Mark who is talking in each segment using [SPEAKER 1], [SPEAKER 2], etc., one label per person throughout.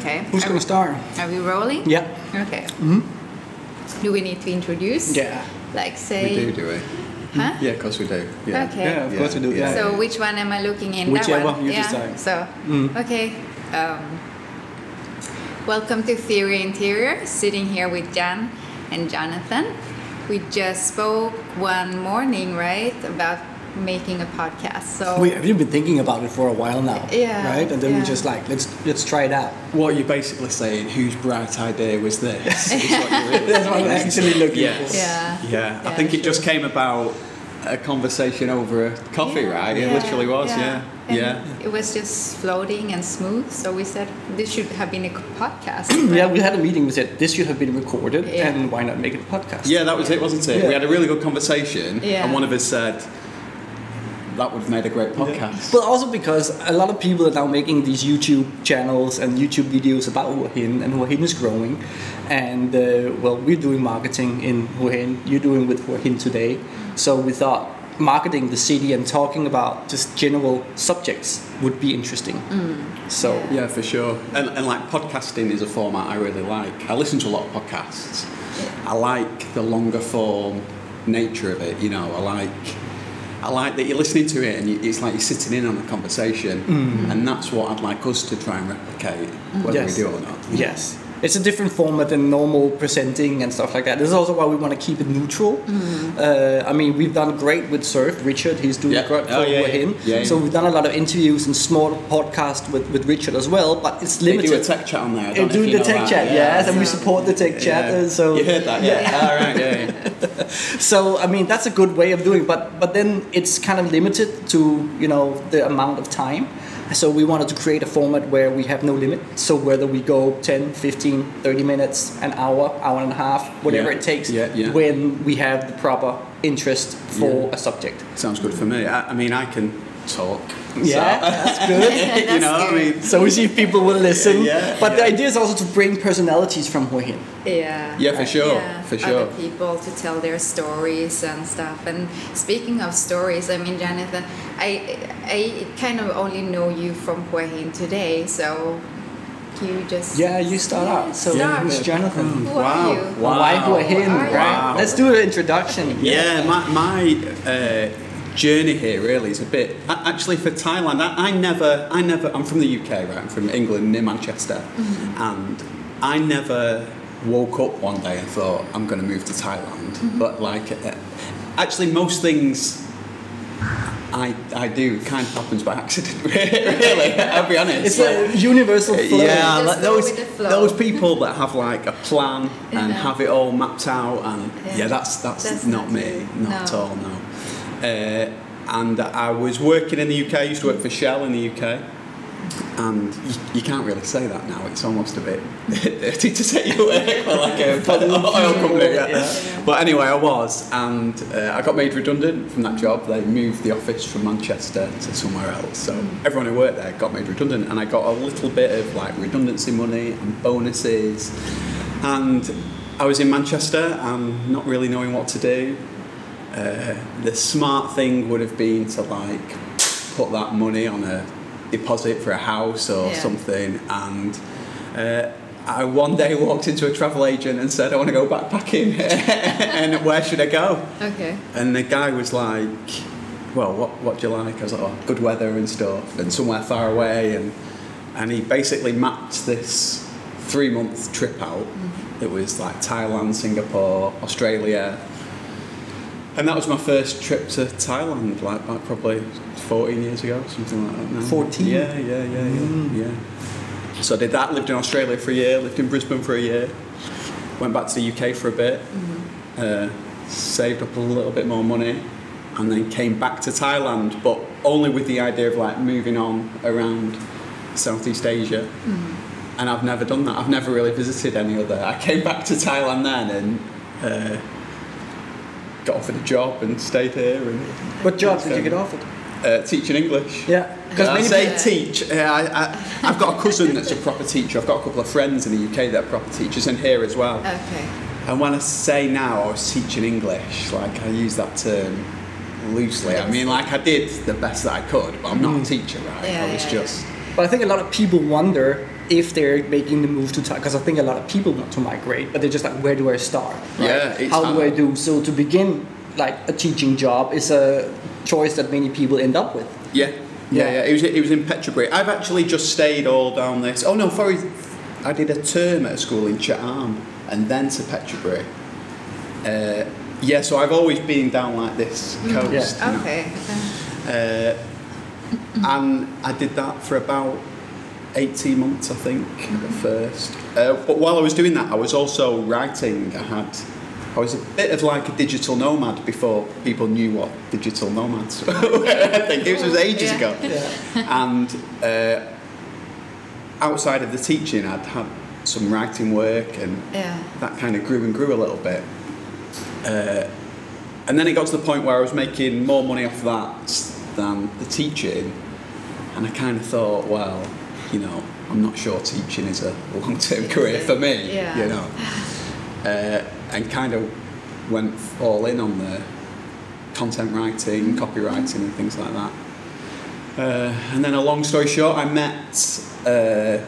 [SPEAKER 1] Okay.
[SPEAKER 2] Who's
[SPEAKER 1] Are-
[SPEAKER 2] gonna start?
[SPEAKER 1] Are we rolling?
[SPEAKER 2] Yeah. Mm-hmm.
[SPEAKER 1] Okay. Do we need to introduce?
[SPEAKER 2] Yeah.
[SPEAKER 1] Like
[SPEAKER 3] We do,
[SPEAKER 1] say,
[SPEAKER 3] do we?
[SPEAKER 1] huh?
[SPEAKER 3] Yeah, of course we do. Yeah.
[SPEAKER 1] Okay.
[SPEAKER 2] Yeah, of course we do. Yeah.
[SPEAKER 1] So which one am I looking in?
[SPEAKER 2] Whichever
[SPEAKER 1] that one?
[SPEAKER 2] you
[SPEAKER 1] yeah.
[SPEAKER 2] decide.
[SPEAKER 1] So
[SPEAKER 2] Mm.
[SPEAKER 1] okay. Um, welcome to Theory Interior. Sitting here with Jan and Jonathan. We just spoke one morning, right, about making a podcast. So
[SPEAKER 2] We, we've been thinking about it for a while now.
[SPEAKER 1] Yeah,
[SPEAKER 2] Right, and then we
[SPEAKER 1] yeah.
[SPEAKER 2] just like let's let's try it out.
[SPEAKER 4] What you're basically saying, whose bright idea was this? is what you're really-
[SPEAKER 2] That's what I'm actually looking
[SPEAKER 4] yes.
[SPEAKER 2] for.
[SPEAKER 1] Yeah.
[SPEAKER 4] Yeah. I
[SPEAKER 1] Yeah,
[SPEAKER 4] think
[SPEAKER 1] sure.
[SPEAKER 4] it just came about
[SPEAKER 3] A conversation over a coffee,
[SPEAKER 1] Yeah,
[SPEAKER 3] right? It literally was, yeah.
[SPEAKER 1] And
[SPEAKER 3] Yeah.
[SPEAKER 1] It was just floating and smooth, so we said this should have been a podcast.
[SPEAKER 2] Yeah,
[SPEAKER 1] right?
[SPEAKER 2] we had a meeting. We said this should have been recorded,
[SPEAKER 1] Yeah.
[SPEAKER 2] and why not make it a podcast?
[SPEAKER 4] Yeah, that was it, wasn't it?
[SPEAKER 2] Yeah.
[SPEAKER 4] We had a really good conversation,
[SPEAKER 1] Yeah.
[SPEAKER 4] and one of us said that would have made a great podcast.
[SPEAKER 2] But also because a lot of people are now making these YouTube channels and YouTube videos about Hua Hin, and Hua Hin is growing. And uh, well, we're doing marketing in Hua Hin, you're doing with Hua Hin today. So we thought marketing the city and talking about just general subjects would be interesting. So
[SPEAKER 4] Yeah, for sure. And, and like podcasting is a format I really like. I listen to a lot of podcasts. I like the longer form nature of it. You know, I like I like that you're listening to it and you, it's like you're sitting in on a conversation, and that's what I'd like us to try and replicate, whether
[SPEAKER 2] Mm. Yes.
[SPEAKER 4] we do or not.
[SPEAKER 2] Yes. It's a different format than normal presenting and stuff like that. This is also why we want to keep it neutral. Uh, I mean, we've done great with Surf. Richard, he's doing
[SPEAKER 4] Yeah.
[SPEAKER 2] great
[SPEAKER 4] Oh,
[SPEAKER 2] for
[SPEAKER 4] yeah, yeah.
[SPEAKER 2] him.
[SPEAKER 4] Yeah,
[SPEAKER 2] so
[SPEAKER 4] yeah.
[SPEAKER 2] we've done a lot of interviews and small podcasts with, with Richard as well, but it's
[SPEAKER 4] They
[SPEAKER 2] limited.
[SPEAKER 4] do a tech chat on there. I
[SPEAKER 2] They
[SPEAKER 4] don't know
[SPEAKER 2] do
[SPEAKER 4] if you
[SPEAKER 2] the
[SPEAKER 4] know
[SPEAKER 2] tech
[SPEAKER 4] that.
[SPEAKER 2] chat,
[SPEAKER 4] Yeah.
[SPEAKER 2] yes, and we support the tech chat.
[SPEAKER 4] Yeah.
[SPEAKER 2] uh, So
[SPEAKER 4] you heard that, yeah? All right, yeah. yeah.
[SPEAKER 2] so I mean that's a good way of doing it, but but then it's kind of limited to you know the amount of time. So we wanted to create a format where we have no limit. So whether we go 10, 15, 30 minutes, an hour, hour and a half, whatever
[SPEAKER 4] Yeah,
[SPEAKER 2] it takes,
[SPEAKER 4] yeah, yeah.
[SPEAKER 2] when we have the proper interest for
[SPEAKER 4] Yeah.
[SPEAKER 2] a subject.
[SPEAKER 4] Sounds good for me. I, I mean, I can talk.
[SPEAKER 2] Yeah, that's good.
[SPEAKER 4] So, you know, I
[SPEAKER 1] good.
[SPEAKER 4] mean,
[SPEAKER 2] so we see if people will listen.
[SPEAKER 4] Yeah,
[SPEAKER 2] but the
[SPEAKER 4] yeah.
[SPEAKER 2] idea is also to bring personalities from Hua Hin.
[SPEAKER 1] yeah.
[SPEAKER 4] yeah, for sure,
[SPEAKER 1] Yeah,
[SPEAKER 4] for sure.
[SPEAKER 1] Other people to tell their stories and stuff. And speaking of stories, I mean, Jonathan, I I kind of only know you from Hua Hin today, so you just
[SPEAKER 2] Yeah, you start out. So
[SPEAKER 1] start.
[SPEAKER 2] who's Jonathan?
[SPEAKER 1] Who
[SPEAKER 4] Wow.
[SPEAKER 1] are you?
[SPEAKER 4] Wow.
[SPEAKER 2] Why Hua Hin,
[SPEAKER 1] Wow.
[SPEAKER 2] right? Let's do an introduction.
[SPEAKER 4] Yeah, my, my uh, journey here really is a bit a- actually for Thailand. I, I never, I never. I'm from the UK, right? I'm from England near Manchester, and I never woke up one day and thought I'm going to move to Thailand. But like, uh, actually, most things. I, I do kind of happens by accident really I'll be
[SPEAKER 2] It's
[SPEAKER 4] honest Like,
[SPEAKER 2] a universal flow.
[SPEAKER 4] Yeah,
[SPEAKER 1] Just go
[SPEAKER 4] like those
[SPEAKER 1] with the flow.
[SPEAKER 4] those people that have like a plan and
[SPEAKER 1] Yeah.
[SPEAKER 4] have it all mapped out, and
[SPEAKER 1] Yeah.
[SPEAKER 4] yeah, that's, that's
[SPEAKER 1] That's
[SPEAKER 4] not
[SPEAKER 1] not
[SPEAKER 4] me,
[SPEAKER 1] you.
[SPEAKER 4] not
[SPEAKER 1] No.
[SPEAKER 4] at all, no. Uh, and I was working in the UK. I used to work for Shell in the UK. And you, you can't really say that now. It's almost a bit dirty to say you work for like a oil company. yeah.
[SPEAKER 2] Yeah.
[SPEAKER 4] But anyway, I was, and uh, I got made redundant from that job. They moved the office from Manchester to somewhere else. So everyone who worked there got made redundant, and I got a little bit of like redundancy money and bonuses. And I was in Manchester and not really knowing what to do. Uh, the smart thing would have been to like put that money on a deposit for a house or
[SPEAKER 1] Yeah.
[SPEAKER 4] something and uh, I one day walked into a travel agent and said I want to go backpacking and where should I go
[SPEAKER 1] Okay.
[SPEAKER 4] and the guy was like, "Well, what what do you like?" I was like, "Oh, good weather and stuff, and somewhere far away." And and he basically mapped this three month trip out. It was like Thailand, Singapore, Australia, and that was my first trip to Thailand. Like back probably fourteen years ago, something like that. now.
[SPEAKER 2] 14?
[SPEAKER 4] Yeah, yeah, yeah, yeah, yeah. So I did that. Lived in Australia for a year. Lived in Brisbane for a year. Went back to the UK for a bit uh, saved up a little bit more money and then came back to Thailand, but only with the idea of like moving on around Southeast Asia.
[SPEAKER 2] Mm-hmm.
[SPEAKER 4] And I've never done that. I've never really visited any other. I came back to Thailand then and uh, got offered a job and stayed here and
[SPEAKER 2] What job did you get offered?
[SPEAKER 4] uh, teaching English.
[SPEAKER 2] Yeah, because
[SPEAKER 4] I
[SPEAKER 2] many
[SPEAKER 4] say
[SPEAKER 1] people-
[SPEAKER 4] teach. Uh, I, I, I've got a cousin that's a proper teacher. I've got a couple of friends in the UK that are proper teachers, and here as
[SPEAKER 2] Uh,
[SPEAKER 4] well.
[SPEAKER 1] Okay.
[SPEAKER 4] And when I say now I was teaching English, like I use that term loosely. I mean, like I did the best that I could, but I'm not a teacher, right?
[SPEAKER 1] Yeah,
[SPEAKER 4] I was
[SPEAKER 1] yeah,
[SPEAKER 4] just
[SPEAKER 2] people, but I think a lot of people wonder if they're making the move to Thailand, because I think a lot of people want to migrate, but they're just like, where do I start? right?
[SPEAKER 3] Yeah, it's
[SPEAKER 2] how do I
[SPEAKER 3] hard.
[SPEAKER 2] do? So to begin, like a teaching job is a choice that many people end up with.
[SPEAKER 4] Yeah,
[SPEAKER 2] Yeah.
[SPEAKER 4] yeah, yeah. It was it was in Petrobras. I've actually just stayed all down this. Oh no, sorry, I did a term at a school in Chatham and then to Petrobras. Uh, yeah, so I've always been down like this coast,
[SPEAKER 1] Mm. Okay.
[SPEAKER 4] uh, and I did that for about eighteen months, I think, at first. Uh, but while I was doing that, I was also writing. I had. I was a bit of like a digital nomad before people knew what digital nomads were. I think this was ages
[SPEAKER 1] Yeah.
[SPEAKER 4] ago
[SPEAKER 2] Yeah.
[SPEAKER 4] and uh, outside of the teaching, I'd had some writing work, and
[SPEAKER 1] Yeah.
[SPEAKER 4] that kind of grew and grew a little bit. Uh, and then it got to the point where I was making more money off that than the teaching, and I kind of thought, well, you know, I'm not sure teaching is a long-term career for me,
[SPEAKER 1] Yeah.
[SPEAKER 4] you know, uh, and kind of went all in on the content writing, copywriting, and things like that. Uh, and then a long story short, I met uh,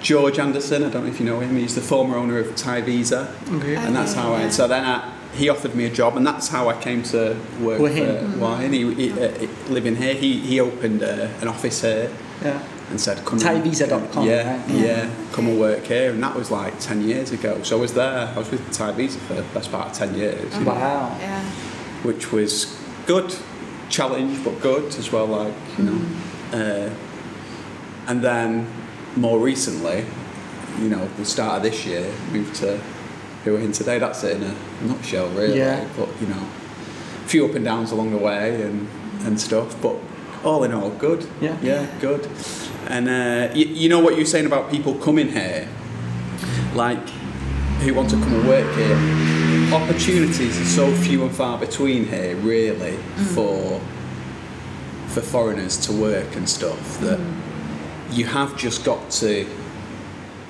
[SPEAKER 4] George Anderson. I don't know if you know him. He's the former owner of Thai Visa,
[SPEAKER 2] Okay.
[SPEAKER 4] and that's
[SPEAKER 1] Okay,
[SPEAKER 4] how I.
[SPEAKER 1] yeah.
[SPEAKER 4] So then I, he offered me a job, and that's how I came to work
[SPEAKER 2] With him. Mm-hmm.
[SPEAKER 4] for Wahin. He, he, uh, living here, he, he opened uh, an office here
[SPEAKER 2] Yeah.
[SPEAKER 4] and said, "Come and-
[SPEAKER 2] ThaiVisa.com,
[SPEAKER 4] Yeah,
[SPEAKER 2] right?
[SPEAKER 4] yeah,
[SPEAKER 1] Yeah.
[SPEAKER 4] come and work here." And that was like ten years ago. So I was there. I was with Thai Visa for the best part of ten years
[SPEAKER 2] Uh-huh. Wow.
[SPEAKER 1] Yeah.
[SPEAKER 4] which was good challenge but good as well like you know uh, and then more recently you know the start of this year moved to who we're in today that's it in a nutshell really
[SPEAKER 2] Yeah.
[SPEAKER 4] but you know a few up and downs along the way and and stuff but all in all good
[SPEAKER 2] Yeah.
[SPEAKER 4] yeah good and uh, you, you know what you're saying about people coming here like who want to come and work here. Opportunities are so few and far between here, really,
[SPEAKER 2] Mm.
[SPEAKER 4] for for foreigners to work and stuff that
[SPEAKER 2] Mm.
[SPEAKER 4] you have just got to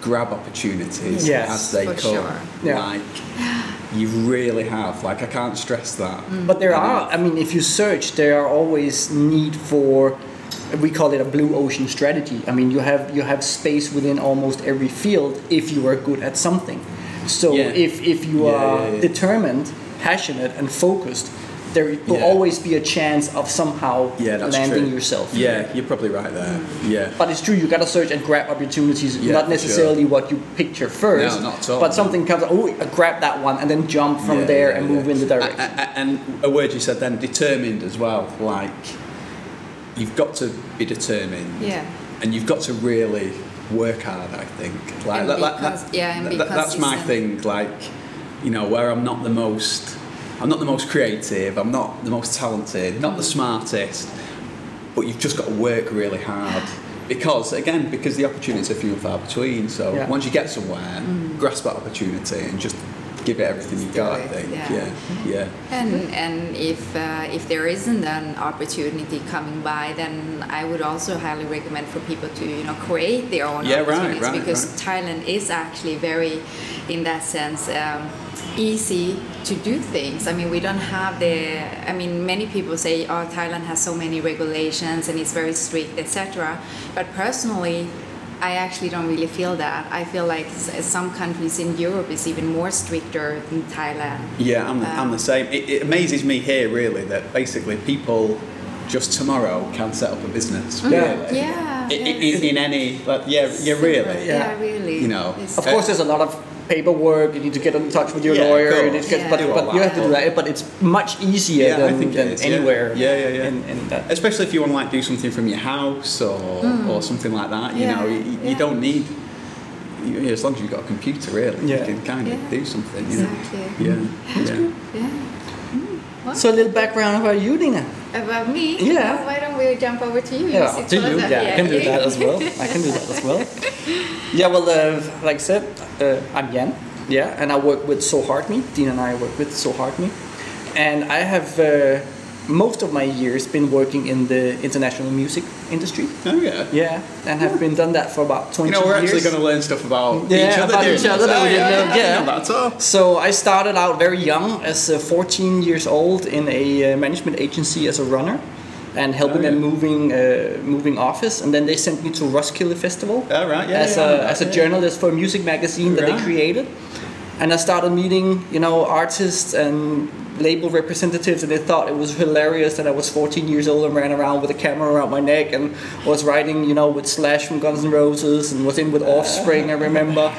[SPEAKER 4] grab opportunities
[SPEAKER 2] Yes,
[SPEAKER 4] as they
[SPEAKER 1] for
[SPEAKER 4] come.
[SPEAKER 1] sure.
[SPEAKER 2] Yeah.
[SPEAKER 4] Like you really have. Like I can't stress that.
[SPEAKER 2] But there are, I mean, if you search, there are always need for. We call it a blue ocean strategy. I mean, you have you have space within almost every field if you are good at something. So
[SPEAKER 4] Yeah.
[SPEAKER 2] if if you
[SPEAKER 4] Yeah,
[SPEAKER 2] are
[SPEAKER 4] yeah, yeah.
[SPEAKER 2] determined, passionate, and focused, there will
[SPEAKER 4] Yeah.
[SPEAKER 2] always be a chance of somehow
[SPEAKER 4] Yeah, that's
[SPEAKER 2] landing
[SPEAKER 4] true.
[SPEAKER 2] yourself.
[SPEAKER 4] Yeah, you're probably right there. Yeah.
[SPEAKER 2] But it's true, you gotta search and grab opportunities,
[SPEAKER 4] Yeah,
[SPEAKER 2] not
[SPEAKER 4] for
[SPEAKER 2] necessarily what you picture first.
[SPEAKER 4] No, not at all.
[SPEAKER 2] But something comes, oh, I grab that one and then jump from
[SPEAKER 4] Yeah,
[SPEAKER 2] there
[SPEAKER 4] yeah,
[SPEAKER 2] and
[SPEAKER 4] yeah.
[SPEAKER 2] move in the
[SPEAKER 4] A- a-
[SPEAKER 2] direction.
[SPEAKER 4] a- and a word you said then, determined as well. Like you've got to be determined.
[SPEAKER 1] Yeah.
[SPEAKER 4] And you've got to really work hard. I think. Like
[SPEAKER 1] And
[SPEAKER 4] that-
[SPEAKER 1] be
[SPEAKER 4] that-
[SPEAKER 1] cons-
[SPEAKER 4] that-
[SPEAKER 1] yeah, and be
[SPEAKER 4] that- that's my
[SPEAKER 1] consistent.
[SPEAKER 4] thing. Like you know, where I'm not the most, I'm not the most creative. I'm not the most talented. Not the
[SPEAKER 1] Mm.
[SPEAKER 4] smartest. But you've just got to work really hard. Because again, because the opportunities are few and far between. So
[SPEAKER 2] Yeah.
[SPEAKER 4] once you get somewhere,
[SPEAKER 1] Mm.
[SPEAKER 4] grasp that opportunity and just give it everything you've
[SPEAKER 1] do
[SPEAKER 4] got. I
[SPEAKER 1] it,
[SPEAKER 4] think.
[SPEAKER 1] yeah.
[SPEAKER 4] yeah. yeah.
[SPEAKER 1] And and if uh, if there isn't an opportunity coming by, then I would also highly recommend for people to you know create their own
[SPEAKER 4] Yeah, right,
[SPEAKER 1] opportunities
[SPEAKER 4] right,
[SPEAKER 1] because Thailand is actually very, in that sense. Um, easy to do things i mean we don't have the i mean many people say oh thailand has so many regulations and it's very strict etc but personally I actually don't really feel that. I feel like s- some countries in Europe is even more stricter than Thailand.
[SPEAKER 4] Yeah, I'm, the I'm
[SPEAKER 2] Um,
[SPEAKER 4] the same. It, it amazes me here really that basically people just tomorrow can set up a business.
[SPEAKER 2] Mm, Yeah.
[SPEAKER 4] Really.
[SPEAKER 1] Yeah.
[SPEAKER 4] I- I- in, in any, like, yeah, yeah, really.
[SPEAKER 1] Yeah,
[SPEAKER 2] Yeah.
[SPEAKER 1] really.
[SPEAKER 4] You know,
[SPEAKER 1] It's-
[SPEAKER 2] Of course, there's a lot of paperwork. You need to get in touch with your
[SPEAKER 4] Yeah,
[SPEAKER 2] lawyer.
[SPEAKER 4] cool.
[SPEAKER 2] You need to get,
[SPEAKER 1] Yeah.
[SPEAKER 2] But,
[SPEAKER 4] Do all
[SPEAKER 2] but you
[SPEAKER 4] that.
[SPEAKER 2] have to do that. But it's much easier
[SPEAKER 4] Yeah, I
[SPEAKER 2] than,
[SPEAKER 4] think it
[SPEAKER 2] than
[SPEAKER 4] is, yeah.
[SPEAKER 2] anywhere.
[SPEAKER 4] Yeah, yeah, yeah.
[SPEAKER 2] In, in that.
[SPEAKER 4] Especially if you want to like do something from your house or,
[SPEAKER 2] Mm.
[SPEAKER 4] or something like that. You
[SPEAKER 1] Yeah,
[SPEAKER 4] know, you, you
[SPEAKER 1] yeah.
[SPEAKER 4] don't need. You, as long as you've got a computer, really,
[SPEAKER 2] Yeah.
[SPEAKER 4] you can kind of
[SPEAKER 1] Yeah.
[SPEAKER 4] do something. You
[SPEAKER 1] Exactly.
[SPEAKER 4] Know? Yeah. yeah.
[SPEAKER 1] Yeah. Hmm. What?
[SPEAKER 2] So a little background about you, Dina.
[SPEAKER 1] About me?
[SPEAKER 2] Yeah.
[SPEAKER 1] Well, why don't we jump over to you?
[SPEAKER 2] Yeah,
[SPEAKER 1] sit
[SPEAKER 2] to you.
[SPEAKER 1] closer.
[SPEAKER 2] Yeah, I can do that as well. I can do that as well. Yeah, well, uh, like I said, uh, I'm Jan. Yeah, and I work with So Heart Me. Dina and I work with So Heart Me, and I have uh, most of my years been working in the international music industry.
[SPEAKER 4] Oh yeah.
[SPEAKER 2] Yeah, and have been done that for about twenty
[SPEAKER 4] You
[SPEAKER 2] years.
[SPEAKER 4] know, we're actually going to learn stuff about
[SPEAKER 2] Yeah,
[SPEAKER 4] each other.
[SPEAKER 2] about
[SPEAKER 4] doing
[SPEAKER 2] each other
[SPEAKER 4] this.
[SPEAKER 2] that we
[SPEAKER 4] Oh,
[SPEAKER 2] didn't know.
[SPEAKER 4] yeah,
[SPEAKER 2] Yeah.
[SPEAKER 4] Not at all.
[SPEAKER 2] So I started out very young, as uh, 14 years old, in a uh, management agency as a runner, and helping
[SPEAKER 4] Oh,
[SPEAKER 2] them
[SPEAKER 4] yeah.
[SPEAKER 2] moving uh, moving office. And then they sent me to Roskilde Festival
[SPEAKER 4] Oh, right, yeah.
[SPEAKER 2] as,
[SPEAKER 4] yeah,
[SPEAKER 2] a,
[SPEAKER 4] yeah,
[SPEAKER 2] as a
[SPEAKER 4] yeah.
[SPEAKER 2] journalist for a music magazine that
[SPEAKER 4] Right.
[SPEAKER 2] they created. And I started meeting, you know, artists and label representatives, and they thought it was hilarious that I was 14 years old and ran around with a camera around my neck and was writing, you know, with Slash from Guns N' Roses and was in with Offspring, I remember.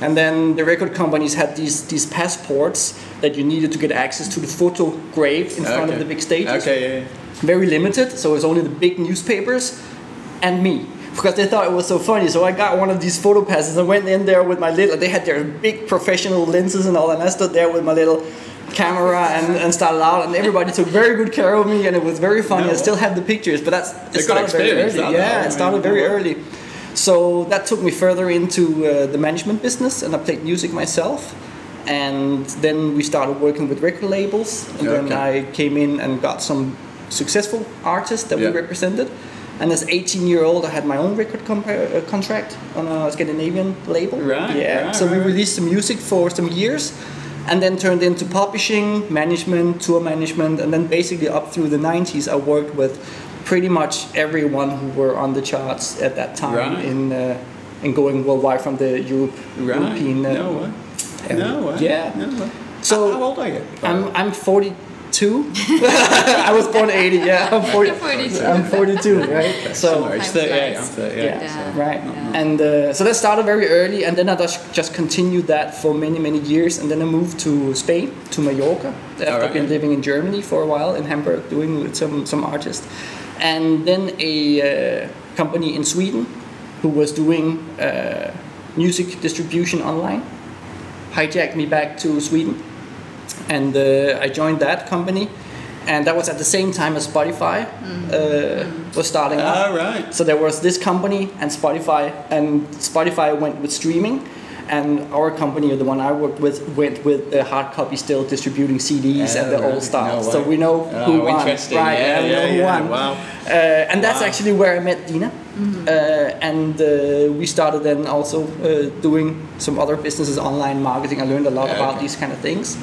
[SPEAKER 2] And then the record companies had these these passports that you needed to get access to the photo graves in front of
[SPEAKER 4] Okay.
[SPEAKER 2] the big stages
[SPEAKER 4] Okay, yeah.
[SPEAKER 2] very limited, so it was only the big newspapers and me. Because they thought it was so funny, so I got one of these photo passes and went in there with my little. They had their big professional lenses and all, and I stood there with my little camera and, and started out, and everybody took very good care of me, and it was very funny. I
[SPEAKER 4] No.
[SPEAKER 2] still have the pictures, but that's it
[SPEAKER 4] good
[SPEAKER 2] started very
[SPEAKER 4] experience,
[SPEAKER 2] early.
[SPEAKER 4] that, though, I
[SPEAKER 2] Yeah,
[SPEAKER 4] mean,
[SPEAKER 2] it started very
[SPEAKER 4] yeah.
[SPEAKER 2] early. So that took me further into uh, the management business, and I played music myself. And then we started working with record labels, and then
[SPEAKER 4] Okay.
[SPEAKER 2] I I came in and got some successful artists that we
[SPEAKER 4] Yeah.
[SPEAKER 2] represented. And as 18 year old, I had my own record comp- uh, contract on a Scandinavian label.
[SPEAKER 4] Right,
[SPEAKER 2] Yeah.
[SPEAKER 4] right,
[SPEAKER 2] so we
[SPEAKER 4] right.
[SPEAKER 2] released some music for some years, and then turned into publishing, management, tour management, and then basically up through the 90s, I worked with pretty much everyone who were on the charts at that time
[SPEAKER 4] Right.
[SPEAKER 2] in uh, in going worldwide from the Europe,
[SPEAKER 4] Right.
[SPEAKER 2] European. uh,
[SPEAKER 4] no way.
[SPEAKER 2] area.
[SPEAKER 4] No way.
[SPEAKER 2] Yeah.
[SPEAKER 4] No way.
[SPEAKER 2] So-
[SPEAKER 4] how, how old are you?
[SPEAKER 2] I'm I'm 42. I was born 80. Yeah, I'm 40.
[SPEAKER 1] You're 42.
[SPEAKER 2] I'm 42, right?
[SPEAKER 4] Sorry,
[SPEAKER 2] So
[SPEAKER 4] it's
[SPEAKER 1] Time
[SPEAKER 4] 38. I'm
[SPEAKER 1] flies.
[SPEAKER 4] 38.
[SPEAKER 2] yeah,
[SPEAKER 1] Yeah.
[SPEAKER 2] right.
[SPEAKER 1] Yeah.
[SPEAKER 2] And uh, so that started very early, and then I just just continued that for many many years, and then I moved to Spain to Mallorca after
[SPEAKER 4] Alright,
[SPEAKER 2] been
[SPEAKER 4] yeah.
[SPEAKER 2] living in Germany for a while in Hamburg doing with some some artists, and then a uh, company in Sweden who was doing uh, music distribution online hijacked me back to Sweden and uh, I joined that company, and that was at the same time as Spotify uh, was starting up.
[SPEAKER 4] All Ah, right.
[SPEAKER 2] So there was this company and Spotify, and Spotify went with streaming, and our company, or the one I worked with, went with the hard copy still distributing CDs and the
[SPEAKER 4] Oh,
[SPEAKER 2] old
[SPEAKER 4] right.
[SPEAKER 2] style.
[SPEAKER 4] No
[SPEAKER 2] so
[SPEAKER 4] way.
[SPEAKER 2] we know who
[SPEAKER 4] Oh,
[SPEAKER 2] won,
[SPEAKER 4] interesting.
[SPEAKER 2] right?
[SPEAKER 4] Yeah,
[SPEAKER 2] and we know
[SPEAKER 4] yeah,
[SPEAKER 2] who
[SPEAKER 4] yeah.
[SPEAKER 2] won.
[SPEAKER 4] Wow.
[SPEAKER 2] Uh, and that's
[SPEAKER 4] Wow.
[SPEAKER 2] actually where I met Dina, uh, and uh, we started then also uh, doing some other businesses, online marketing. I learned a lot
[SPEAKER 4] Yeah,
[SPEAKER 2] about
[SPEAKER 4] okay.
[SPEAKER 2] these kind of things,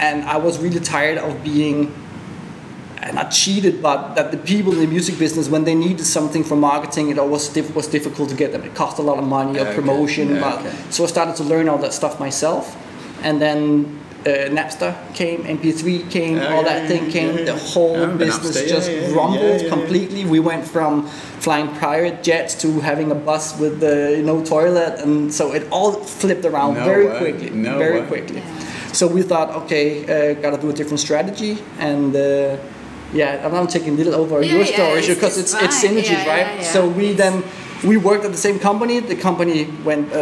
[SPEAKER 2] and I was really tired of being uh, not cheated, but that the people in the music business, when they needed something for marketing, it always diff- was difficult to get them. It cost a lot of money, or
[SPEAKER 4] Okay.
[SPEAKER 2] promotion.
[SPEAKER 4] Yeah,
[SPEAKER 2] but,
[SPEAKER 4] okay.
[SPEAKER 2] So I started to learn all that stuff myself, and then uh, Napster came, MP3 came,
[SPEAKER 4] Yeah,
[SPEAKER 2] all
[SPEAKER 4] yeah,
[SPEAKER 2] that
[SPEAKER 4] Oh, yeah,
[SPEAKER 2] thing
[SPEAKER 4] yeah,
[SPEAKER 2] came.
[SPEAKER 4] yeah.
[SPEAKER 2] The whole
[SPEAKER 4] Yeah, the
[SPEAKER 2] business
[SPEAKER 4] Napster, yeah,
[SPEAKER 2] just
[SPEAKER 4] yeah, yeah,
[SPEAKER 2] rumbled
[SPEAKER 4] yeah, yeah.
[SPEAKER 2] completely. We went from flying private jets to having a bus with the no toilet, and so it all flipped around
[SPEAKER 4] No
[SPEAKER 2] very
[SPEAKER 4] way.
[SPEAKER 2] quickly,
[SPEAKER 4] No
[SPEAKER 2] very
[SPEAKER 4] way.
[SPEAKER 2] quickly.
[SPEAKER 1] Yeah.
[SPEAKER 2] So we thought, okay, uh, gotta do a different strategy, and uh, yeah, and I'm taking a little over
[SPEAKER 1] Yeah,
[SPEAKER 2] your
[SPEAKER 1] yeah,
[SPEAKER 2] story
[SPEAKER 1] it's-
[SPEAKER 2] because
[SPEAKER 1] it's
[SPEAKER 2] it's it's
[SPEAKER 1] fine.
[SPEAKER 2] synergies,
[SPEAKER 1] Yeah,
[SPEAKER 2] right?
[SPEAKER 1] yeah, yeah.
[SPEAKER 2] So we then we worked at the same company. The company went uh,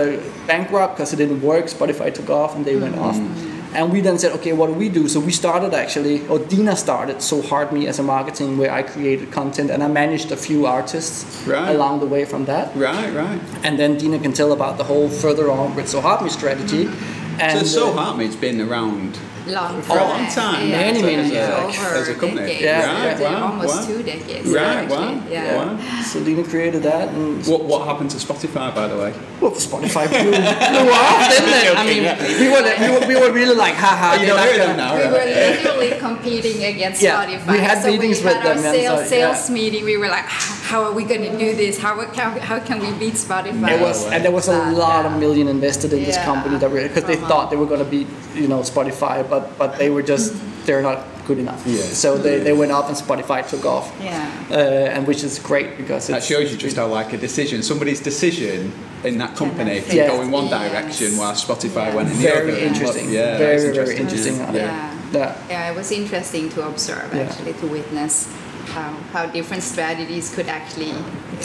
[SPEAKER 2] bankrupt because it didn't work. Spotify took off, and they went off.
[SPEAKER 4] Mm-hmm.
[SPEAKER 2] And we then said, okay, what do we do? So we started actually, or Dina started So Hard Me as a marketing where I created content and I managed a few artists
[SPEAKER 4] Right.
[SPEAKER 2] along the way from that.
[SPEAKER 4] Right, right.
[SPEAKER 2] And then Dina can tell about the whole further on with So Hard Me strategy. And
[SPEAKER 4] Mm-hmm. so, so
[SPEAKER 2] uh,
[SPEAKER 4] hard me's been around.
[SPEAKER 1] Long
[SPEAKER 4] For
[SPEAKER 1] time.
[SPEAKER 4] a long time,
[SPEAKER 1] Yeah,
[SPEAKER 2] many, many
[SPEAKER 1] yeah,
[SPEAKER 4] years.
[SPEAKER 1] Over
[SPEAKER 4] As a company.
[SPEAKER 1] decades,
[SPEAKER 2] Yeah,
[SPEAKER 1] yeah,
[SPEAKER 2] yeah.
[SPEAKER 4] Wow,
[SPEAKER 1] almost
[SPEAKER 4] wow.
[SPEAKER 1] two decades.
[SPEAKER 4] Right,
[SPEAKER 1] actually.
[SPEAKER 4] wow,
[SPEAKER 1] Yeah.
[SPEAKER 4] wow.
[SPEAKER 2] So Dina created that, and
[SPEAKER 4] What, what happened to Spotify, by the way?
[SPEAKER 2] well, Spotify blew, blew off, didn't it? I mean, we, were, we, were, we were really like, haha,
[SPEAKER 4] you
[SPEAKER 2] they're
[SPEAKER 4] don't
[SPEAKER 2] not
[SPEAKER 4] hear
[SPEAKER 2] gonna-
[SPEAKER 4] them now,
[SPEAKER 1] We
[SPEAKER 4] right?
[SPEAKER 1] were literally competing against
[SPEAKER 2] Yeah,
[SPEAKER 1] Spotify.
[SPEAKER 2] we had
[SPEAKER 1] so
[SPEAKER 2] meetings
[SPEAKER 1] we
[SPEAKER 2] with
[SPEAKER 1] had our
[SPEAKER 2] them and
[SPEAKER 1] sales,
[SPEAKER 2] so- yeah.
[SPEAKER 1] sales meeting. We were like, how are we going to do this? How, how, how can we beat Spotify?
[SPEAKER 2] It was, and there was a
[SPEAKER 1] But,
[SPEAKER 2] lot of
[SPEAKER 1] yeah.
[SPEAKER 2] million invested in this
[SPEAKER 1] Yeah.
[SPEAKER 2] company that were because they
[SPEAKER 1] Uh-huh.
[SPEAKER 2] thought they were going to be, you know, Spotify, but but they were just they're not good enough.
[SPEAKER 4] Yeah.
[SPEAKER 2] So they, they went off and Spotify took off.
[SPEAKER 1] Yeah.
[SPEAKER 2] Uh, and which is great because
[SPEAKER 4] That
[SPEAKER 2] it's-
[SPEAKER 4] shows you just how like a decision, somebody's decision in that company to
[SPEAKER 2] Yeah.
[SPEAKER 4] go in one
[SPEAKER 1] Yes.
[SPEAKER 4] direction while Spotify
[SPEAKER 1] Yeah.
[SPEAKER 4] went in the
[SPEAKER 2] Very
[SPEAKER 4] other.
[SPEAKER 2] interesting.
[SPEAKER 4] Yeah,
[SPEAKER 2] Very,
[SPEAKER 4] that's
[SPEAKER 2] very interesting.
[SPEAKER 4] Yeah.
[SPEAKER 1] Yeah.
[SPEAKER 2] Yeah.
[SPEAKER 1] Yeah, it was interesting to observe,
[SPEAKER 2] Yeah.
[SPEAKER 1] actually, to witness how, how different strategies could actually.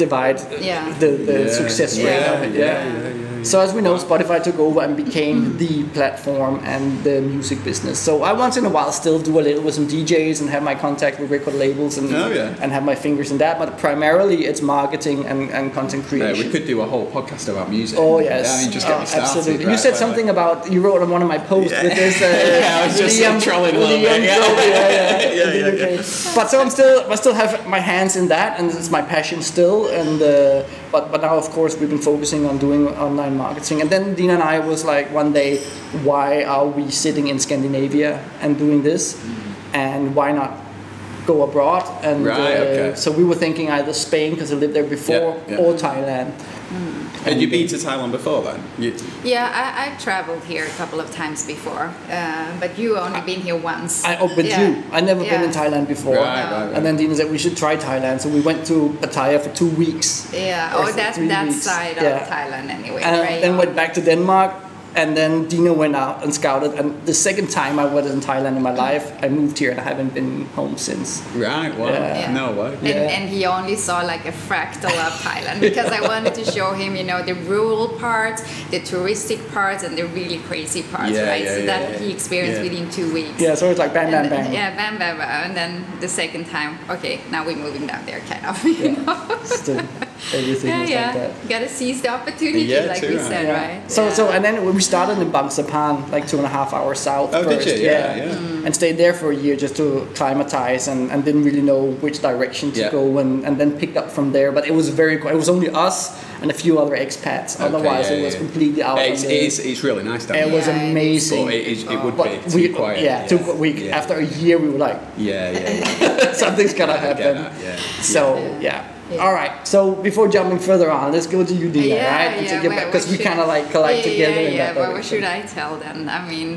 [SPEAKER 2] divide
[SPEAKER 1] Yeah.
[SPEAKER 2] the, the
[SPEAKER 4] Yeah.
[SPEAKER 2] success rate
[SPEAKER 1] Yeah.
[SPEAKER 2] of it.
[SPEAKER 4] Yeah,
[SPEAKER 2] Yeah.
[SPEAKER 4] yeah, yeah, yeah.
[SPEAKER 2] So as we know, Spotify took over and became the platform and the music business. So I once in a while still do a little with some DJs and have my contact with record labels and
[SPEAKER 4] Oh, yeah.
[SPEAKER 2] and have my fingers in that. But primarily it's marketing and, and content
[SPEAKER 4] Yeah,
[SPEAKER 2] creation.
[SPEAKER 4] we could do a whole podcast about music.
[SPEAKER 2] Oh yes,
[SPEAKER 4] I mean, just get
[SPEAKER 2] Oh,
[SPEAKER 4] me started.
[SPEAKER 2] absolutely. you
[SPEAKER 4] right,
[SPEAKER 2] said
[SPEAKER 4] but,
[SPEAKER 2] something about you wrote on one of my posts with this. Uh,
[SPEAKER 4] Yeah, I was just uh, trolling a little
[SPEAKER 2] Liam
[SPEAKER 4] bit, yeah.
[SPEAKER 2] Goldie, yeah, yeah,
[SPEAKER 4] Yeah, yeah,
[SPEAKER 2] Okay. But so I'm still, I still have my hands in that, and it's my passion still. And uh, but but now of course we've been focusing on doing online marketing. And then Dina and I was like one day, why are we sitting in Scandinavia and doing this, and why not? go abroad, and uh,
[SPEAKER 3] Right, okay.
[SPEAKER 2] so we were thinking either Spain because I lived there before
[SPEAKER 3] Yeah, yeah.
[SPEAKER 2] or Thailand.
[SPEAKER 4] Had you been to Thailand before then? You,
[SPEAKER 1] Yeah, I, I've traveled here a couple of times before, uh, but you only been here once.
[SPEAKER 2] I opened
[SPEAKER 1] Yeah.
[SPEAKER 2] you. I never been in
[SPEAKER 1] Yeah.
[SPEAKER 2] Thailand before.
[SPEAKER 3] Right, right, right.
[SPEAKER 2] And then Dina said we should try Thailand, so we went to Pattaya for two weeks.
[SPEAKER 1] Yeah,
[SPEAKER 2] Or
[SPEAKER 1] or
[SPEAKER 2] for
[SPEAKER 1] that
[SPEAKER 2] three
[SPEAKER 1] that
[SPEAKER 2] weeks.
[SPEAKER 1] side
[SPEAKER 2] Yeah.
[SPEAKER 1] of Thailand anyway.
[SPEAKER 2] and
[SPEAKER 1] right?
[SPEAKER 2] then went back to Denmark. And then Dina went out and scouted. And the second time I was in Thailand in my life, I moved here and I haven't been home since.
[SPEAKER 3] Right, wow.
[SPEAKER 2] Yeah.
[SPEAKER 3] No way.
[SPEAKER 1] And,
[SPEAKER 2] Yeah.
[SPEAKER 1] and he only saw like a fractal of Thailand because I wanted to show him, you know, the rural parts, the touristic parts, and the really crazy parts,
[SPEAKER 3] Yeah,
[SPEAKER 1] right?
[SPEAKER 3] yeah,
[SPEAKER 1] so
[SPEAKER 3] yeah,
[SPEAKER 1] that
[SPEAKER 3] yeah.
[SPEAKER 1] he experienced
[SPEAKER 3] Yeah.
[SPEAKER 1] within two weeks.
[SPEAKER 2] Yeah, so it's like bang, bang,
[SPEAKER 1] And-
[SPEAKER 2] bang.
[SPEAKER 1] Yeah, bam, bam, bam. And then the second time, okay, now we're moving down there, kind of. You know?
[SPEAKER 2] Still, everything
[SPEAKER 1] yeah,
[SPEAKER 2] was
[SPEAKER 1] yeah.
[SPEAKER 2] like that.
[SPEAKER 1] You gotta seize the opportunity,
[SPEAKER 3] Yeah,
[SPEAKER 1] like
[SPEAKER 3] too,
[SPEAKER 1] we
[SPEAKER 3] right.
[SPEAKER 1] said,
[SPEAKER 2] Yeah.
[SPEAKER 1] right?
[SPEAKER 2] So
[SPEAKER 1] Yeah.
[SPEAKER 2] so and then when we started in Bangsapan, like two and a half hours south.
[SPEAKER 3] Oh, did
[SPEAKER 2] first,
[SPEAKER 3] you? Yeah, yeah.
[SPEAKER 1] Mm.
[SPEAKER 2] And stayed there for a year just to climatize and, and didn't really know which direction to
[SPEAKER 3] Yeah.
[SPEAKER 2] go and, and then picked up from there. But it was very cool. It was only us and a few other expats.
[SPEAKER 3] Okay,
[SPEAKER 2] Otherwise,
[SPEAKER 3] yeah,
[SPEAKER 2] it was
[SPEAKER 3] yeah.
[SPEAKER 2] completely out.
[SPEAKER 4] it's,
[SPEAKER 2] on the-
[SPEAKER 4] it's, it's really nice down
[SPEAKER 2] it
[SPEAKER 4] there.
[SPEAKER 2] was
[SPEAKER 1] Yeah, it is.
[SPEAKER 2] amazing.
[SPEAKER 4] But it, is- it would
[SPEAKER 2] But
[SPEAKER 4] be too
[SPEAKER 2] we,
[SPEAKER 4] quiet.
[SPEAKER 2] yeah, too qu- we,
[SPEAKER 4] yeah.
[SPEAKER 2] after a year we were like,
[SPEAKER 4] Yeah, yeah, yeah.
[SPEAKER 2] something's gonna
[SPEAKER 4] I
[SPEAKER 2] happen.
[SPEAKER 4] get that, yeah.
[SPEAKER 2] So yeah. All right. So before jumping further on, let's go to you, Dina, right? And to get
[SPEAKER 1] where-
[SPEAKER 2] back because
[SPEAKER 1] what
[SPEAKER 2] we
[SPEAKER 1] should-
[SPEAKER 2] kind of like collide
[SPEAKER 1] yeah,
[SPEAKER 2] together.
[SPEAKER 1] Yeah,
[SPEAKER 2] in
[SPEAKER 1] yeah.
[SPEAKER 2] that
[SPEAKER 1] But what
[SPEAKER 2] direction.
[SPEAKER 1] should I tell them? I mean,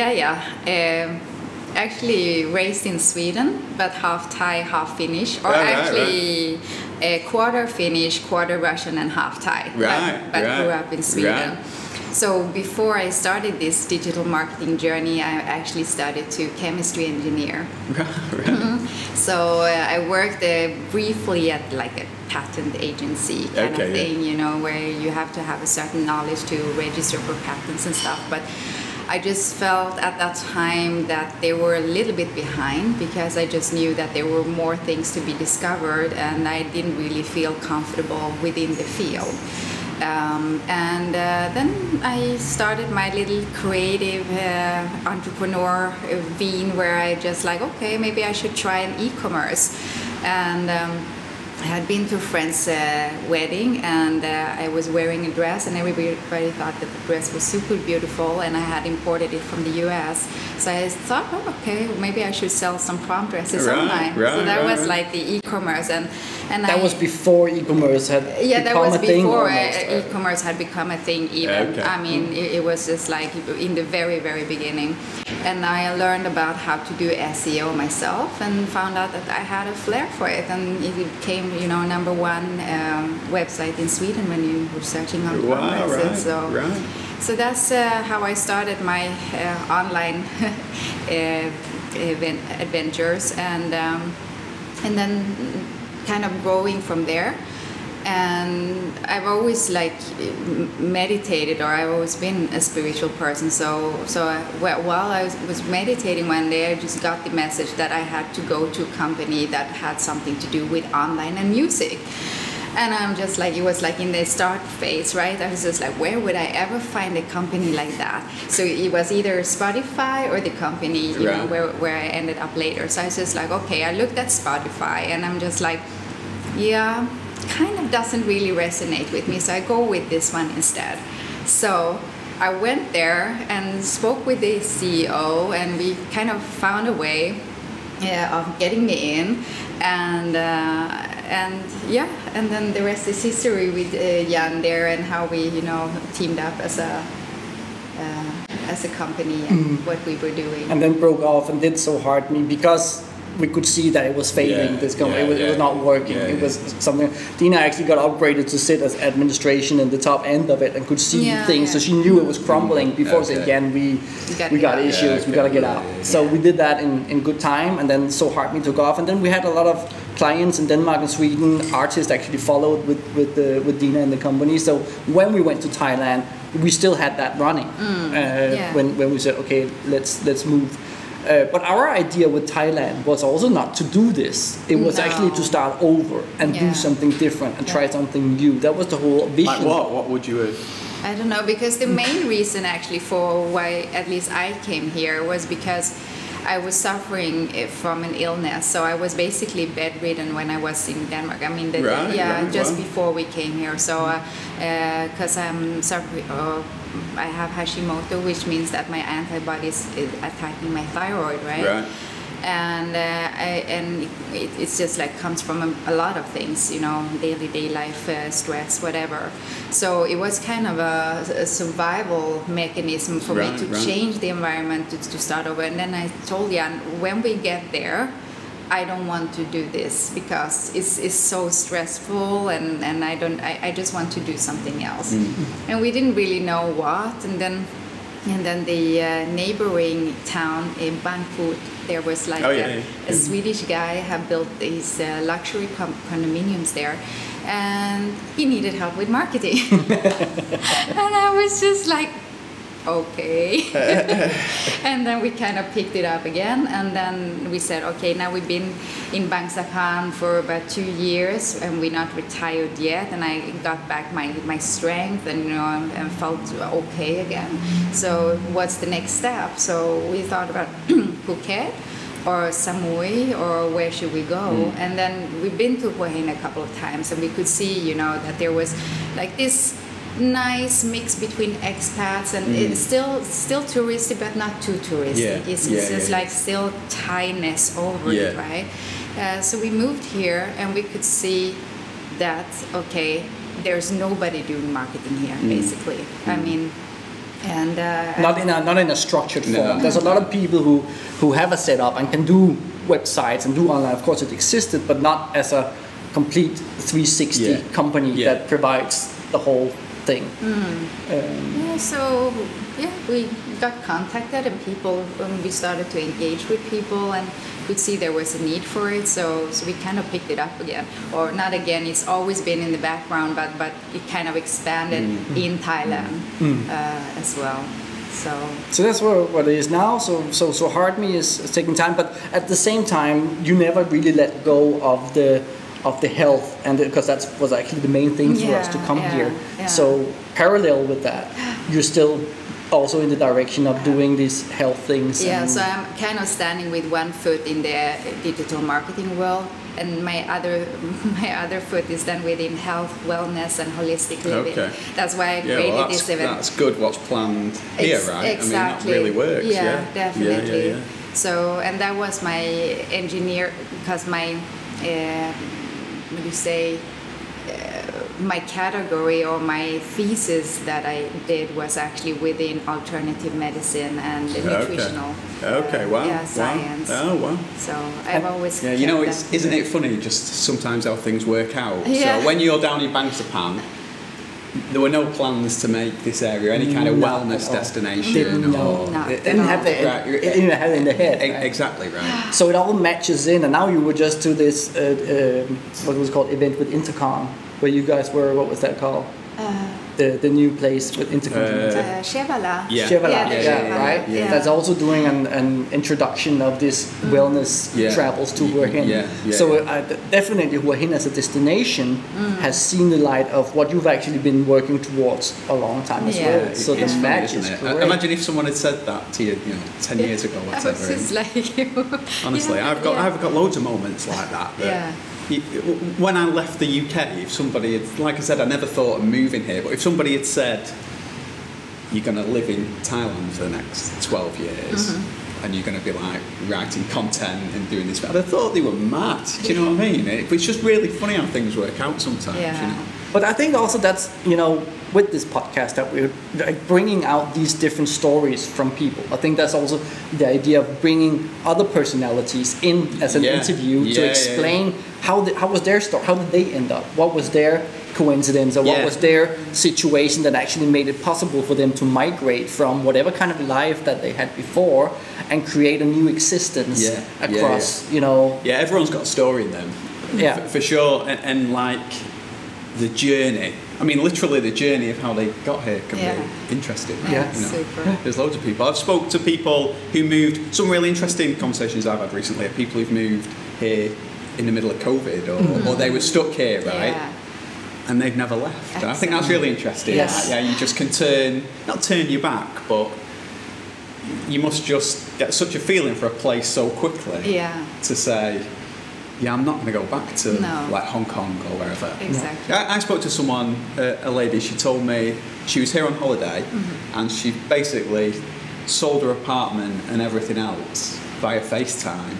[SPEAKER 1] yeah, yeah. Um, actually raised in Sweden, but half Thai, half Finnish, or
[SPEAKER 3] Oh, right,
[SPEAKER 1] actually a quarter Finnish, quarter Russian, and half Thai. but-
[SPEAKER 3] Right,
[SPEAKER 1] but
[SPEAKER 3] right,
[SPEAKER 1] grew up in Sweden.
[SPEAKER 3] right.
[SPEAKER 1] So before I started this digital marketing journey, I actually studied to chemistry engineer. So uh, I worked uh, briefly at like a patent agency kind
[SPEAKER 3] Okay,
[SPEAKER 1] of
[SPEAKER 3] yeah.
[SPEAKER 1] thing, you know, where you have to have a certain knowledge to register for patents and stuff. But I just felt at that time that they were a little bit behind because I just knew that there were more things to be discovered, and I didn't really feel comfortable within the field. Um, and uh, then I started my little creative uh, entrepreneur uh, vein where I just like, okay, maybe I should try an e-commerce. And um, I had been to a friend's uh, wedding and uh, I was wearing a dress, and everybody thought that the dress was super beautiful. And I had imported it from the US, so I thought, oh, okay, maybe I should sell some prom dresses
[SPEAKER 3] Right,
[SPEAKER 1] online. so
[SPEAKER 3] right,
[SPEAKER 1] that
[SPEAKER 3] right,
[SPEAKER 1] was
[SPEAKER 3] right.
[SPEAKER 1] like the e-commerce, and and
[SPEAKER 2] That
[SPEAKER 1] I,
[SPEAKER 2] was before e-commerce had
[SPEAKER 1] yeah, that
[SPEAKER 2] become
[SPEAKER 1] was
[SPEAKER 2] a thing.
[SPEAKER 1] before
[SPEAKER 2] almost,
[SPEAKER 1] uh,
[SPEAKER 2] right?
[SPEAKER 1] e-commerce had become a thing. Even
[SPEAKER 3] Okay.
[SPEAKER 1] I mean, it, it was just like in the very, very beginning. And I learned about how to do SEO myself, and found out that I had a flair for it. And it became, you know, number one um, website in Sweden when you were searching on
[SPEAKER 3] Wow,
[SPEAKER 1] Websites.
[SPEAKER 3] right,
[SPEAKER 1] So,
[SPEAKER 3] right.
[SPEAKER 1] so that's uh, how I started my uh, online uh, event, adventures, and um, and then kind of growing from there. And I've always like m- meditated, or I've always been a spiritual person. So so I, wh- while I was- was meditating one day, I just got the message that I had to go to a company that had something to do with online and music. And I'm just like, it was like in the start phase, right? I was just like, where would I ever find a company like that? So it was either Spotify or the company, you know,
[SPEAKER 3] Right.
[SPEAKER 1] where, where I ended up later. So I was just like, okay, I looked at Spotify and I'm just like, yeah, kind of doesn't really resonate with me. So I go with this one instead. So I went there and spoke with the CEO and we kind of found a way yeah, of getting me in, and uh, and yeah, and then the rest is history with uh, Jan there and how we you know teamed up as a uh, as a company and what we were doing.
[SPEAKER 2] And then broke off and did so hard me because we could see that it was failing.
[SPEAKER 3] Yeah,
[SPEAKER 2] this company
[SPEAKER 3] yeah,
[SPEAKER 2] it, was, it was
[SPEAKER 3] yeah.
[SPEAKER 2] not working.
[SPEAKER 3] Yeah,
[SPEAKER 2] it
[SPEAKER 3] yeah.
[SPEAKER 2] was something. Dina actually got upgraded to sit as administration in the top end of it and could see
[SPEAKER 1] Yeah,
[SPEAKER 2] things. So
[SPEAKER 1] yeah.
[SPEAKER 2] she knew it was crumbling before
[SPEAKER 3] Mm-hmm. Okay.
[SPEAKER 2] saying, "Again, we
[SPEAKER 1] gotta
[SPEAKER 2] we
[SPEAKER 1] get
[SPEAKER 2] got
[SPEAKER 1] out."
[SPEAKER 2] issues.
[SPEAKER 3] Yeah,
[SPEAKER 2] We
[SPEAKER 3] okay.
[SPEAKER 2] gotta get
[SPEAKER 3] Yeah,
[SPEAKER 2] out."
[SPEAKER 3] yeah,
[SPEAKER 2] So we did that in in good time, and then so hard me took off. And then we had a lot of clients in Denmark and Sweden. Artists actually followed with with the, with Dina and the company. So when we went to Thailand, we still had that running. uh,
[SPEAKER 1] Mm, yeah.
[SPEAKER 2] When when we said, okay, let's let's move. Uh, but our idea with Thailand was also not to do this. It was actually to
[SPEAKER 1] No.
[SPEAKER 2] start over and do
[SPEAKER 1] Yeah.
[SPEAKER 2] something different and try
[SPEAKER 1] Yeah.
[SPEAKER 2] something new. That was the whole
[SPEAKER 4] Like
[SPEAKER 2] vision.
[SPEAKER 4] what? What would you have?
[SPEAKER 1] I don't know because the main reason actually for why at least I came here was because I was suffering eh, from an illness, so I was basically bedridden when I was in Denmark. I mean, the,
[SPEAKER 3] Right,
[SPEAKER 1] yeah,
[SPEAKER 3] right,
[SPEAKER 1] just
[SPEAKER 3] wow.
[SPEAKER 1] before we came here. So, because I'm suffering, uh, I have Hashimoto, which means that my antibodies is attacking my thyroid, right?
[SPEAKER 3] Right.
[SPEAKER 1] and uh, I, and it, it's just like comes from a, a lot of things, you know, daily day life uh, stress, whatever. So it was kind of a, a survival mechanism for me
[SPEAKER 3] Right,
[SPEAKER 1] to
[SPEAKER 3] right.
[SPEAKER 1] change the environment to, to start over. And then I told Jan, when we get there. I don't want to do this because it's, it's so stressful and, and I don't I, I just want to do something else.
[SPEAKER 3] Mm-hmm.
[SPEAKER 1] And we didn't really know what and then and then the uh, neighboring town in Bangkok there was like
[SPEAKER 4] Oh, yeah,
[SPEAKER 1] a,
[SPEAKER 4] yeah.
[SPEAKER 1] a Swedish guy had built these uh, luxury com- condominiums there and he needed help with marketing. and I was just like okay. and then we kind of picked it up again and then we said okay now we've been in bangsakan for about two years and we're not retired yet and i got back my, my strength and you know and, and felt okay again so what's the next step so we thought about phuket or Samui, or where should we go? And then we've been to Hua Hin a couple of times, and we could see, you know, that there was like this nice mix between expats and it's still still touristy but not too touristy
[SPEAKER 4] Mm. Yeah,
[SPEAKER 1] it's,
[SPEAKER 4] yeah,
[SPEAKER 1] it's
[SPEAKER 4] yeah,
[SPEAKER 1] just
[SPEAKER 4] yeah.
[SPEAKER 1] like still Thai-ness over it
[SPEAKER 4] Yeah.
[SPEAKER 1] right uh, so we moved here and we could see that okay there's nobody doing marketing here
[SPEAKER 4] Mm.
[SPEAKER 1] basically i mean and uh,
[SPEAKER 2] not in a not in a structured form.
[SPEAKER 4] No.
[SPEAKER 2] There's a lot of people who who have a setup and can do websites and do online. Of course, it existed, but not as a complete 360
[SPEAKER 4] Yeah.
[SPEAKER 2] company
[SPEAKER 4] Yeah.
[SPEAKER 2] that provides the whole thing.
[SPEAKER 1] Yeah, so yeah, we got contacted and people, um, we started to engage with people and could see there was a need for it. So, so we kind of picked it up again, or not again. It's always been in the background, but but it kind of expanded
[SPEAKER 4] Mm.
[SPEAKER 1] in Thailand uh, as well. So
[SPEAKER 2] So that's what, what it is now. So so so hard me is, is taking time, but at the same time, you never really let go of the of the health, and because that was actually the main thing for us to
[SPEAKER 1] Yeah,
[SPEAKER 2] come
[SPEAKER 1] yeah,
[SPEAKER 2] here.
[SPEAKER 1] yeah.
[SPEAKER 2] So parallel with that, you're still also in the direction of doing these health things.
[SPEAKER 1] yeah,
[SPEAKER 2] and-
[SPEAKER 1] so I'm kind of standing with one foot in the digital marketing world. And my other my other foot is then within health, wellness, and holistic living.
[SPEAKER 4] Okay.
[SPEAKER 1] That's why I
[SPEAKER 4] Yeah,
[SPEAKER 1] created
[SPEAKER 4] well, that's,
[SPEAKER 1] this event.
[SPEAKER 4] that's good what's planned here,
[SPEAKER 1] Ex-
[SPEAKER 4] right?
[SPEAKER 1] Exactly.
[SPEAKER 4] I mean, that really works. Yeah,
[SPEAKER 1] definitely.
[SPEAKER 4] Yeah, yeah,
[SPEAKER 1] So, and that was my engineer because my, uh, what do you say, uh, my category or my thesis that I did was actually within alternative medicine and
[SPEAKER 4] yeah.
[SPEAKER 1] nutritional.
[SPEAKER 4] Okay. Okay,
[SPEAKER 1] uh,
[SPEAKER 4] wow.
[SPEAKER 1] Yeah,
[SPEAKER 4] wow.
[SPEAKER 1] science.
[SPEAKER 4] Oh, wow.
[SPEAKER 1] So I've always.
[SPEAKER 4] Yeah, you know,
[SPEAKER 1] kept
[SPEAKER 4] it's,
[SPEAKER 1] that.
[SPEAKER 4] isn't it funny just sometimes how things work out?
[SPEAKER 1] Yeah.
[SPEAKER 4] So when you're down in Bangsapan, there were no plans to make this area any kind of
[SPEAKER 2] No.
[SPEAKER 4] wellness destination.
[SPEAKER 2] didn't
[SPEAKER 4] or,
[SPEAKER 2] know.
[SPEAKER 1] No.
[SPEAKER 2] It didn't have the
[SPEAKER 4] Right, you're-
[SPEAKER 2] it didn't have it in the head.
[SPEAKER 4] E-
[SPEAKER 2] right?
[SPEAKER 4] Exactly right.
[SPEAKER 2] So it all matches in, and now you were just to this uh, um, what was called event with Intercom, where you guys were. What was that called? the the new place with Intercom.
[SPEAKER 1] Uh, Chevala.
[SPEAKER 4] Yeah.
[SPEAKER 2] Chevrolet,
[SPEAKER 1] Yeah, the
[SPEAKER 2] yeah,
[SPEAKER 1] Chevrolet,
[SPEAKER 2] right.
[SPEAKER 1] yeah. Mm.
[SPEAKER 2] That's also doing an, an introduction of this wellness
[SPEAKER 4] Yeah.
[SPEAKER 2] travels to
[SPEAKER 4] Y-
[SPEAKER 2] Hua Hin.
[SPEAKER 4] yeah, yeah,
[SPEAKER 2] so uh,
[SPEAKER 4] yeah.
[SPEAKER 2] d- definitely Hua Hin as a destination
[SPEAKER 1] Mm.
[SPEAKER 2] has seen the light of what you've actually been working towards a long time as
[SPEAKER 1] Yeah.
[SPEAKER 2] well. So
[SPEAKER 4] It's
[SPEAKER 2] the
[SPEAKER 4] funny,
[SPEAKER 2] match
[SPEAKER 4] isn't
[SPEAKER 2] is
[SPEAKER 4] it? Uh,
[SPEAKER 2] great.
[SPEAKER 4] Imagine if someone had said that to you, you know, ten years ago,
[SPEAKER 1] I was
[SPEAKER 4] whatever.
[SPEAKER 1] just like.
[SPEAKER 4] Honestly,
[SPEAKER 1] Yeah,
[SPEAKER 4] I've got
[SPEAKER 1] yeah.
[SPEAKER 4] I've got loads of moments like that. that
[SPEAKER 1] Yeah.
[SPEAKER 4] you- when I left the UK, if somebody had, like I said, I never thought of moving here, but if somebody had said, "You're going to live in Thailand for the next 12 years," and you're going to be like writing content and doing this, I'd have thought they were mad. Do you know what I mean? It- It's just really funny how things work out sometimes.
[SPEAKER 1] Yeah.
[SPEAKER 4] You know?
[SPEAKER 2] But I think also that's you know with this podcast that we're like bringing out these different stories from people. I think that's also the idea of bringing other personalities in as an
[SPEAKER 4] Yeah.
[SPEAKER 2] interview
[SPEAKER 4] Yeah,
[SPEAKER 2] to
[SPEAKER 4] yeah,
[SPEAKER 2] explain how the, how was their story, how did they end up, what was their coincidence, or what
[SPEAKER 4] Yeah.
[SPEAKER 2] was their situation that actually made it possible for them to migrate from whatever kind of life that they had before and create a new existence
[SPEAKER 4] Yeah, yeah, yeah.
[SPEAKER 2] across you know
[SPEAKER 4] Yeah, everyone's got a story in them.
[SPEAKER 2] Yeah.
[SPEAKER 4] F- For, sure. And, and like the journey. I mean, literally the journey of how they got here can
[SPEAKER 1] Yeah.
[SPEAKER 4] be interesting.
[SPEAKER 1] Yeah,
[SPEAKER 4] you know.
[SPEAKER 1] super.
[SPEAKER 4] There's loads of people. I've spoke to people who moved. Some really interesting conversations I've had recently are people who've moved here in the middle of COVID or, or they were stuck here, right?
[SPEAKER 1] Mm-hmm. Yeah.
[SPEAKER 4] And they've never left. And I think that's really interesting.
[SPEAKER 2] Yes.
[SPEAKER 4] Yeah, you just can turn, not turn your back, but you must just get such a feeling for a place so quickly
[SPEAKER 1] Yeah.
[SPEAKER 4] to say, yeah, I'm not going to go back to
[SPEAKER 1] No.
[SPEAKER 4] like Hong Kong or wherever.
[SPEAKER 1] Exactly.
[SPEAKER 4] I, I spoke to someone, uh, a lady. She told me she was here on holiday,
[SPEAKER 1] Mm-hmm.
[SPEAKER 4] and she basically sold her apartment and everything else via FaceTime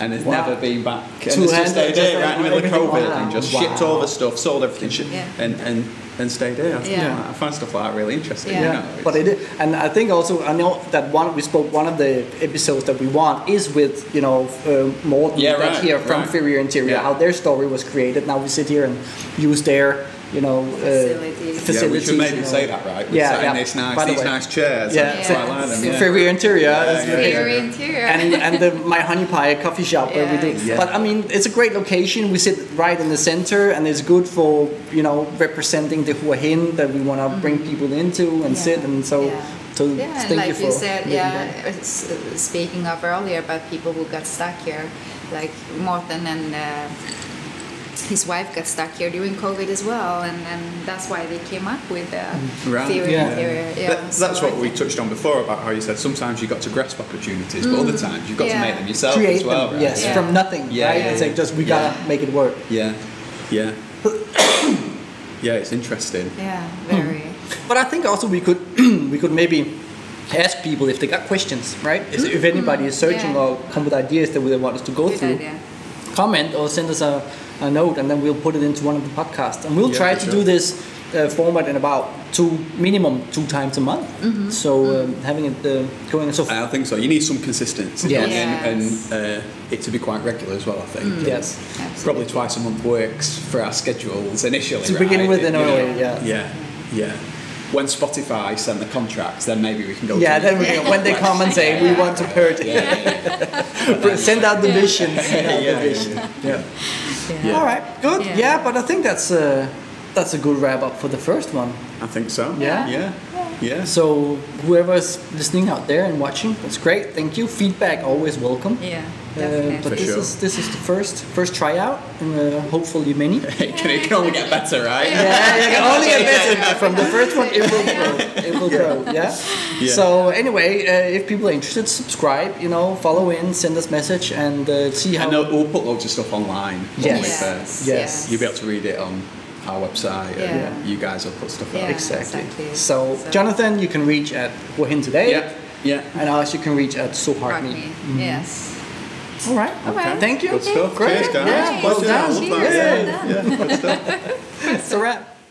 [SPEAKER 4] and has
[SPEAKER 2] Wow.
[SPEAKER 4] never been back. And
[SPEAKER 2] Two
[SPEAKER 4] it's
[SPEAKER 2] hands,
[SPEAKER 4] just stayed
[SPEAKER 2] just
[SPEAKER 4] here, right in the middle of
[SPEAKER 2] everything.
[SPEAKER 4] COVID,
[SPEAKER 2] Wow.
[SPEAKER 4] and just
[SPEAKER 2] Wow.
[SPEAKER 4] shipped over stuff, sold everything, shi-
[SPEAKER 1] Yeah.
[SPEAKER 4] and, and, and stayed here. I, think
[SPEAKER 1] Yeah.
[SPEAKER 4] that- I find stuff like that really interesting.
[SPEAKER 1] Yeah.
[SPEAKER 4] you
[SPEAKER 2] Yeah,
[SPEAKER 4] know,
[SPEAKER 2] but it is, and I think also I know that one we spoke one of the episodes that we want is with you know uh, Morten
[SPEAKER 4] Yeah,
[SPEAKER 2] that's
[SPEAKER 4] right,
[SPEAKER 2] here from
[SPEAKER 4] right.
[SPEAKER 2] Ferrier Interior
[SPEAKER 4] Yeah.
[SPEAKER 2] how their story was created. Now we sit here and use their you know uh,
[SPEAKER 1] Facilities.
[SPEAKER 2] facilities.
[SPEAKER 4] Yeah, we should
[SPEAKER 2] you
[SPEAKER 4] maybe
[SPEAKER 2] know.
[SPEAKER 4] say that, right? We
[SPEAKER 2] Yeah,
[SPEAKER 4] sat in
[SPEAKER 2] yeah.
[SPEAKER 4] these
[SPEAKER 2] By
[SPEAKER 4] nice,
[SPEAKER 2] the
[SPEAKER 4] these
[SPEAKER 2] way.
[SPEAKER 4] nice chairs.
[SPEAKER 2] Yeah.
[SPEAKER 4] That's why I
[SPEAKER 1] Yeah.
[SPEAKER 4] like them,
[SPEAKER 1] Yeah.
[SPEAKER 4] yeah.
[SPEAKER 2] Ferrier Interior is-
[SPEAKER 4] yeah,
[SPEAKER 1] Very
[SPEAKER 4] yeah.
[SPEAKER 1] interior.
[SPEAKER 2] and and the my honey pie coffee shop where we
[SPEAKER 1] Yeah,
[SPEAKER 2] do.
[SPEAKER 1] exactly.
[SPEAKER 2] But I mean, it's a great location. We sit right in the center, and it's good for you know representing the Hua Hin that we want to bring people into and
[SPEAKER 1] Mm-hmm. Yeah,
[SPEAKER 2] sit. And so,
[SPEAKER 1] yeah.
[SPEAKER 2] so
[SPEAKER 1] yeah, and
[SPEAKER 2] thank
[SPEAKER 1] like
[SPEAKER 2] you for
[SPEAKER 1] you, said,
[SPEAKER 2] making
[SPEAKER 1] yeah,
[SPEAKER 2] that.
[SPEAKER 1] it's, uh, speaking of earlier about people who got stuck here, like Morten and uh, his wife got stuck here during COVID as well, and, and that's why they came up with uh,
[SPEAKER 4] Right,
[SPEAKER 1] theory.
[SPEAKER 2] Mm. yeah.
[SPEAKER 1] theory. yeah.
[SPEAKER 4] That- that's
[SPEAKER 1] so I
[SPEAKER 4] what we touched on before about how you said sometimes you've got to grasp opportunities, but other times you've got
[SPEAKER 1] Mm. Yeah.
[SPEAKER 4] to make them yourself
[SPEAKER 2] create
[SPEAKER 4] as well.
[SPEAKER 2] them,
[SPEAKER 4] right?
[SPEAKER 2] yes,
[SPEAKER 1] Yeah.
[SPEAKER 2] from nothing,
[SPEAKER 4] Yeah,
[SPEAKER 2] right?
[SPEAKER 4] yeah,
[SPEAKER 2] it's like
[SPEAKER 4] yeah.
[SPEAKER 2] just we gotta make it work.
[SPEAKER 4] Yeah, yeah, yeah. It's interesting.
[SPEAKER 1] think. Yeah,
[SPEAKER 2] Hmm.
[SPEAKER 1] very.
[SPEAKER 2] But I think also we could we could maybe ask people if they got questions, right? If- If anybody is searching
[SPEAKER 1] Mm-hmm. yeah.
[SPEAKER 2] or come with ideas that they want us to go
[SPEAKER 1] Good
[SPEAKER 2] through,
[SPEAKER 1] idea.
[SPEAKER 2] comment or send us a, a note, and then we'll put it into one of the podcasts. And we'll
[SPEAKER 4] Yeah,
[SPEAKER 2] try
[SPEAKER 4] for
[SPEAKER 2] to
[SPEAKER 4] sure.
[SPEAKER 2] do this uh, format in about two minimum two times a month. So um, having it uh, going so.
[SPEAKER 4] I think so. You need some consistency,
[SPEAKER 2] Yes.
[SPEAKER 4] and, and uh, it to be quite regular as well. I think
[SPEAKER 2] Yes.
[SPEAKER 1] Absolutely.
[SPEAKER 4] probably twice a month works for our schedules initially.
[SPEAKER 2] To begin
[SPEAKER 4] right?
[SPEAKER 2] with, in
[SPEAKER 4] You
[SPEAKER 2] a
[SPEAKER 4] know,
[SPEAKER 2] way, yeah.
[SPEAKER 4] yeah, yeah. When Spotify send the contracts, then maybe we can go.
[SPEAKER 2] Yeah,
[SPEAKER 4] to
[SPEAKER 2] then we, when they come and say we want to purge it,
[SPEAKER 4] yeah, yeah,
[SPEAKER 2] send out the visions. send
[SPEAKER 4] yeah,
[SPEAKER 2] out the
[SPEAKER 4] yeah,
[SPEAKER 2] visions.
[SPEAKER 4] yeah, yeah.
[SPEAKER 1] Yeah.
[SPEAKER 2] All right, good.
[SPEAKER 1] Yeah.
[SPEAKER 2] Yeah. but I think that's a that's a good wrap up for the first one.
[SPEAKER 4] I think so.
[SPEAKER 2] Yeah.
[SPEAKER 4] yeah, yeah.
[SPEAKER 2] So whoever's listening out there and watching, that's great. Thank you. Feedback always welcome.
[SPEAKER 1] Yeah,
[SPEAKER 2] Uh,
[SPEAKER 1] definitely.
[SPEAKER 2] but
[SPEAKER 4] For
[SPEAKER 2] this
[SPEAKER 4] sure.
[SPEAKER 2] is this is the first first tryout, and uh, hopefully many. yeah,
[SPEAKER 4] It can, it can only get better, right?
[SPEAKER 2] yeah, it can only get better from the first one. It will grow. It will grow. Yeah.
[SPEAKER 4] Yeah.
[SPEAKER 2] So anyway, uh, if people are interested, subscribe. You know, follow in, send us message, and uh, see how.
[SPEAKER 4] And they'll- we'll put loads of stuff online.
[SPEAKER 2] Yes.
[SPEAKER 4] Yes.
[SPEAKER 1] Yes, yes.
[SPEAKER 2] Yes.
[SPEAKER 4] You'll be able to read it on our website.
[SPEAKER 1] Yeah.
[SPEAKER 4] And you guys will put stuff
[SPEAKER 1] Yeah.
[SPEAKER 4] up.
[SPEAKER 2] Exactly.
[SPEAKER 1] exactly.
[SPEAKER 2] So,
[SPEAKER 1] So-
[SPEAKER 2] Jonathan, you can reach at Wahin today.
[SPEAKER 4] Yeah. Yeah.
[SPEAKER 2] And us, you can reach at
[SPEAKER 1] Pardon
[SPEAKER 2] Suhartney.
[SPEAKER 1] me. Yes.
[SPEAKER 2] All right.
[SPEAKER 1] All right.
[SPEAKER 2] Thank you.
[SPEAKER 4] Good stuff.
[SPEAKER 2] Great.
[SPEAKER 4] Cheers, guys.
[SPEAKER 1] Yeah.
[SPEAKER 2] Well
[SPEAKER 4] Pleasure.
[SPEAKER 2] done.
[SPEAKER 4] I love that.
[SPEAKER 1] Cheers.
[SPEAKER 4] Yeah. Yeah. Good stuff.
[SPEAKER 2] It's a wrap.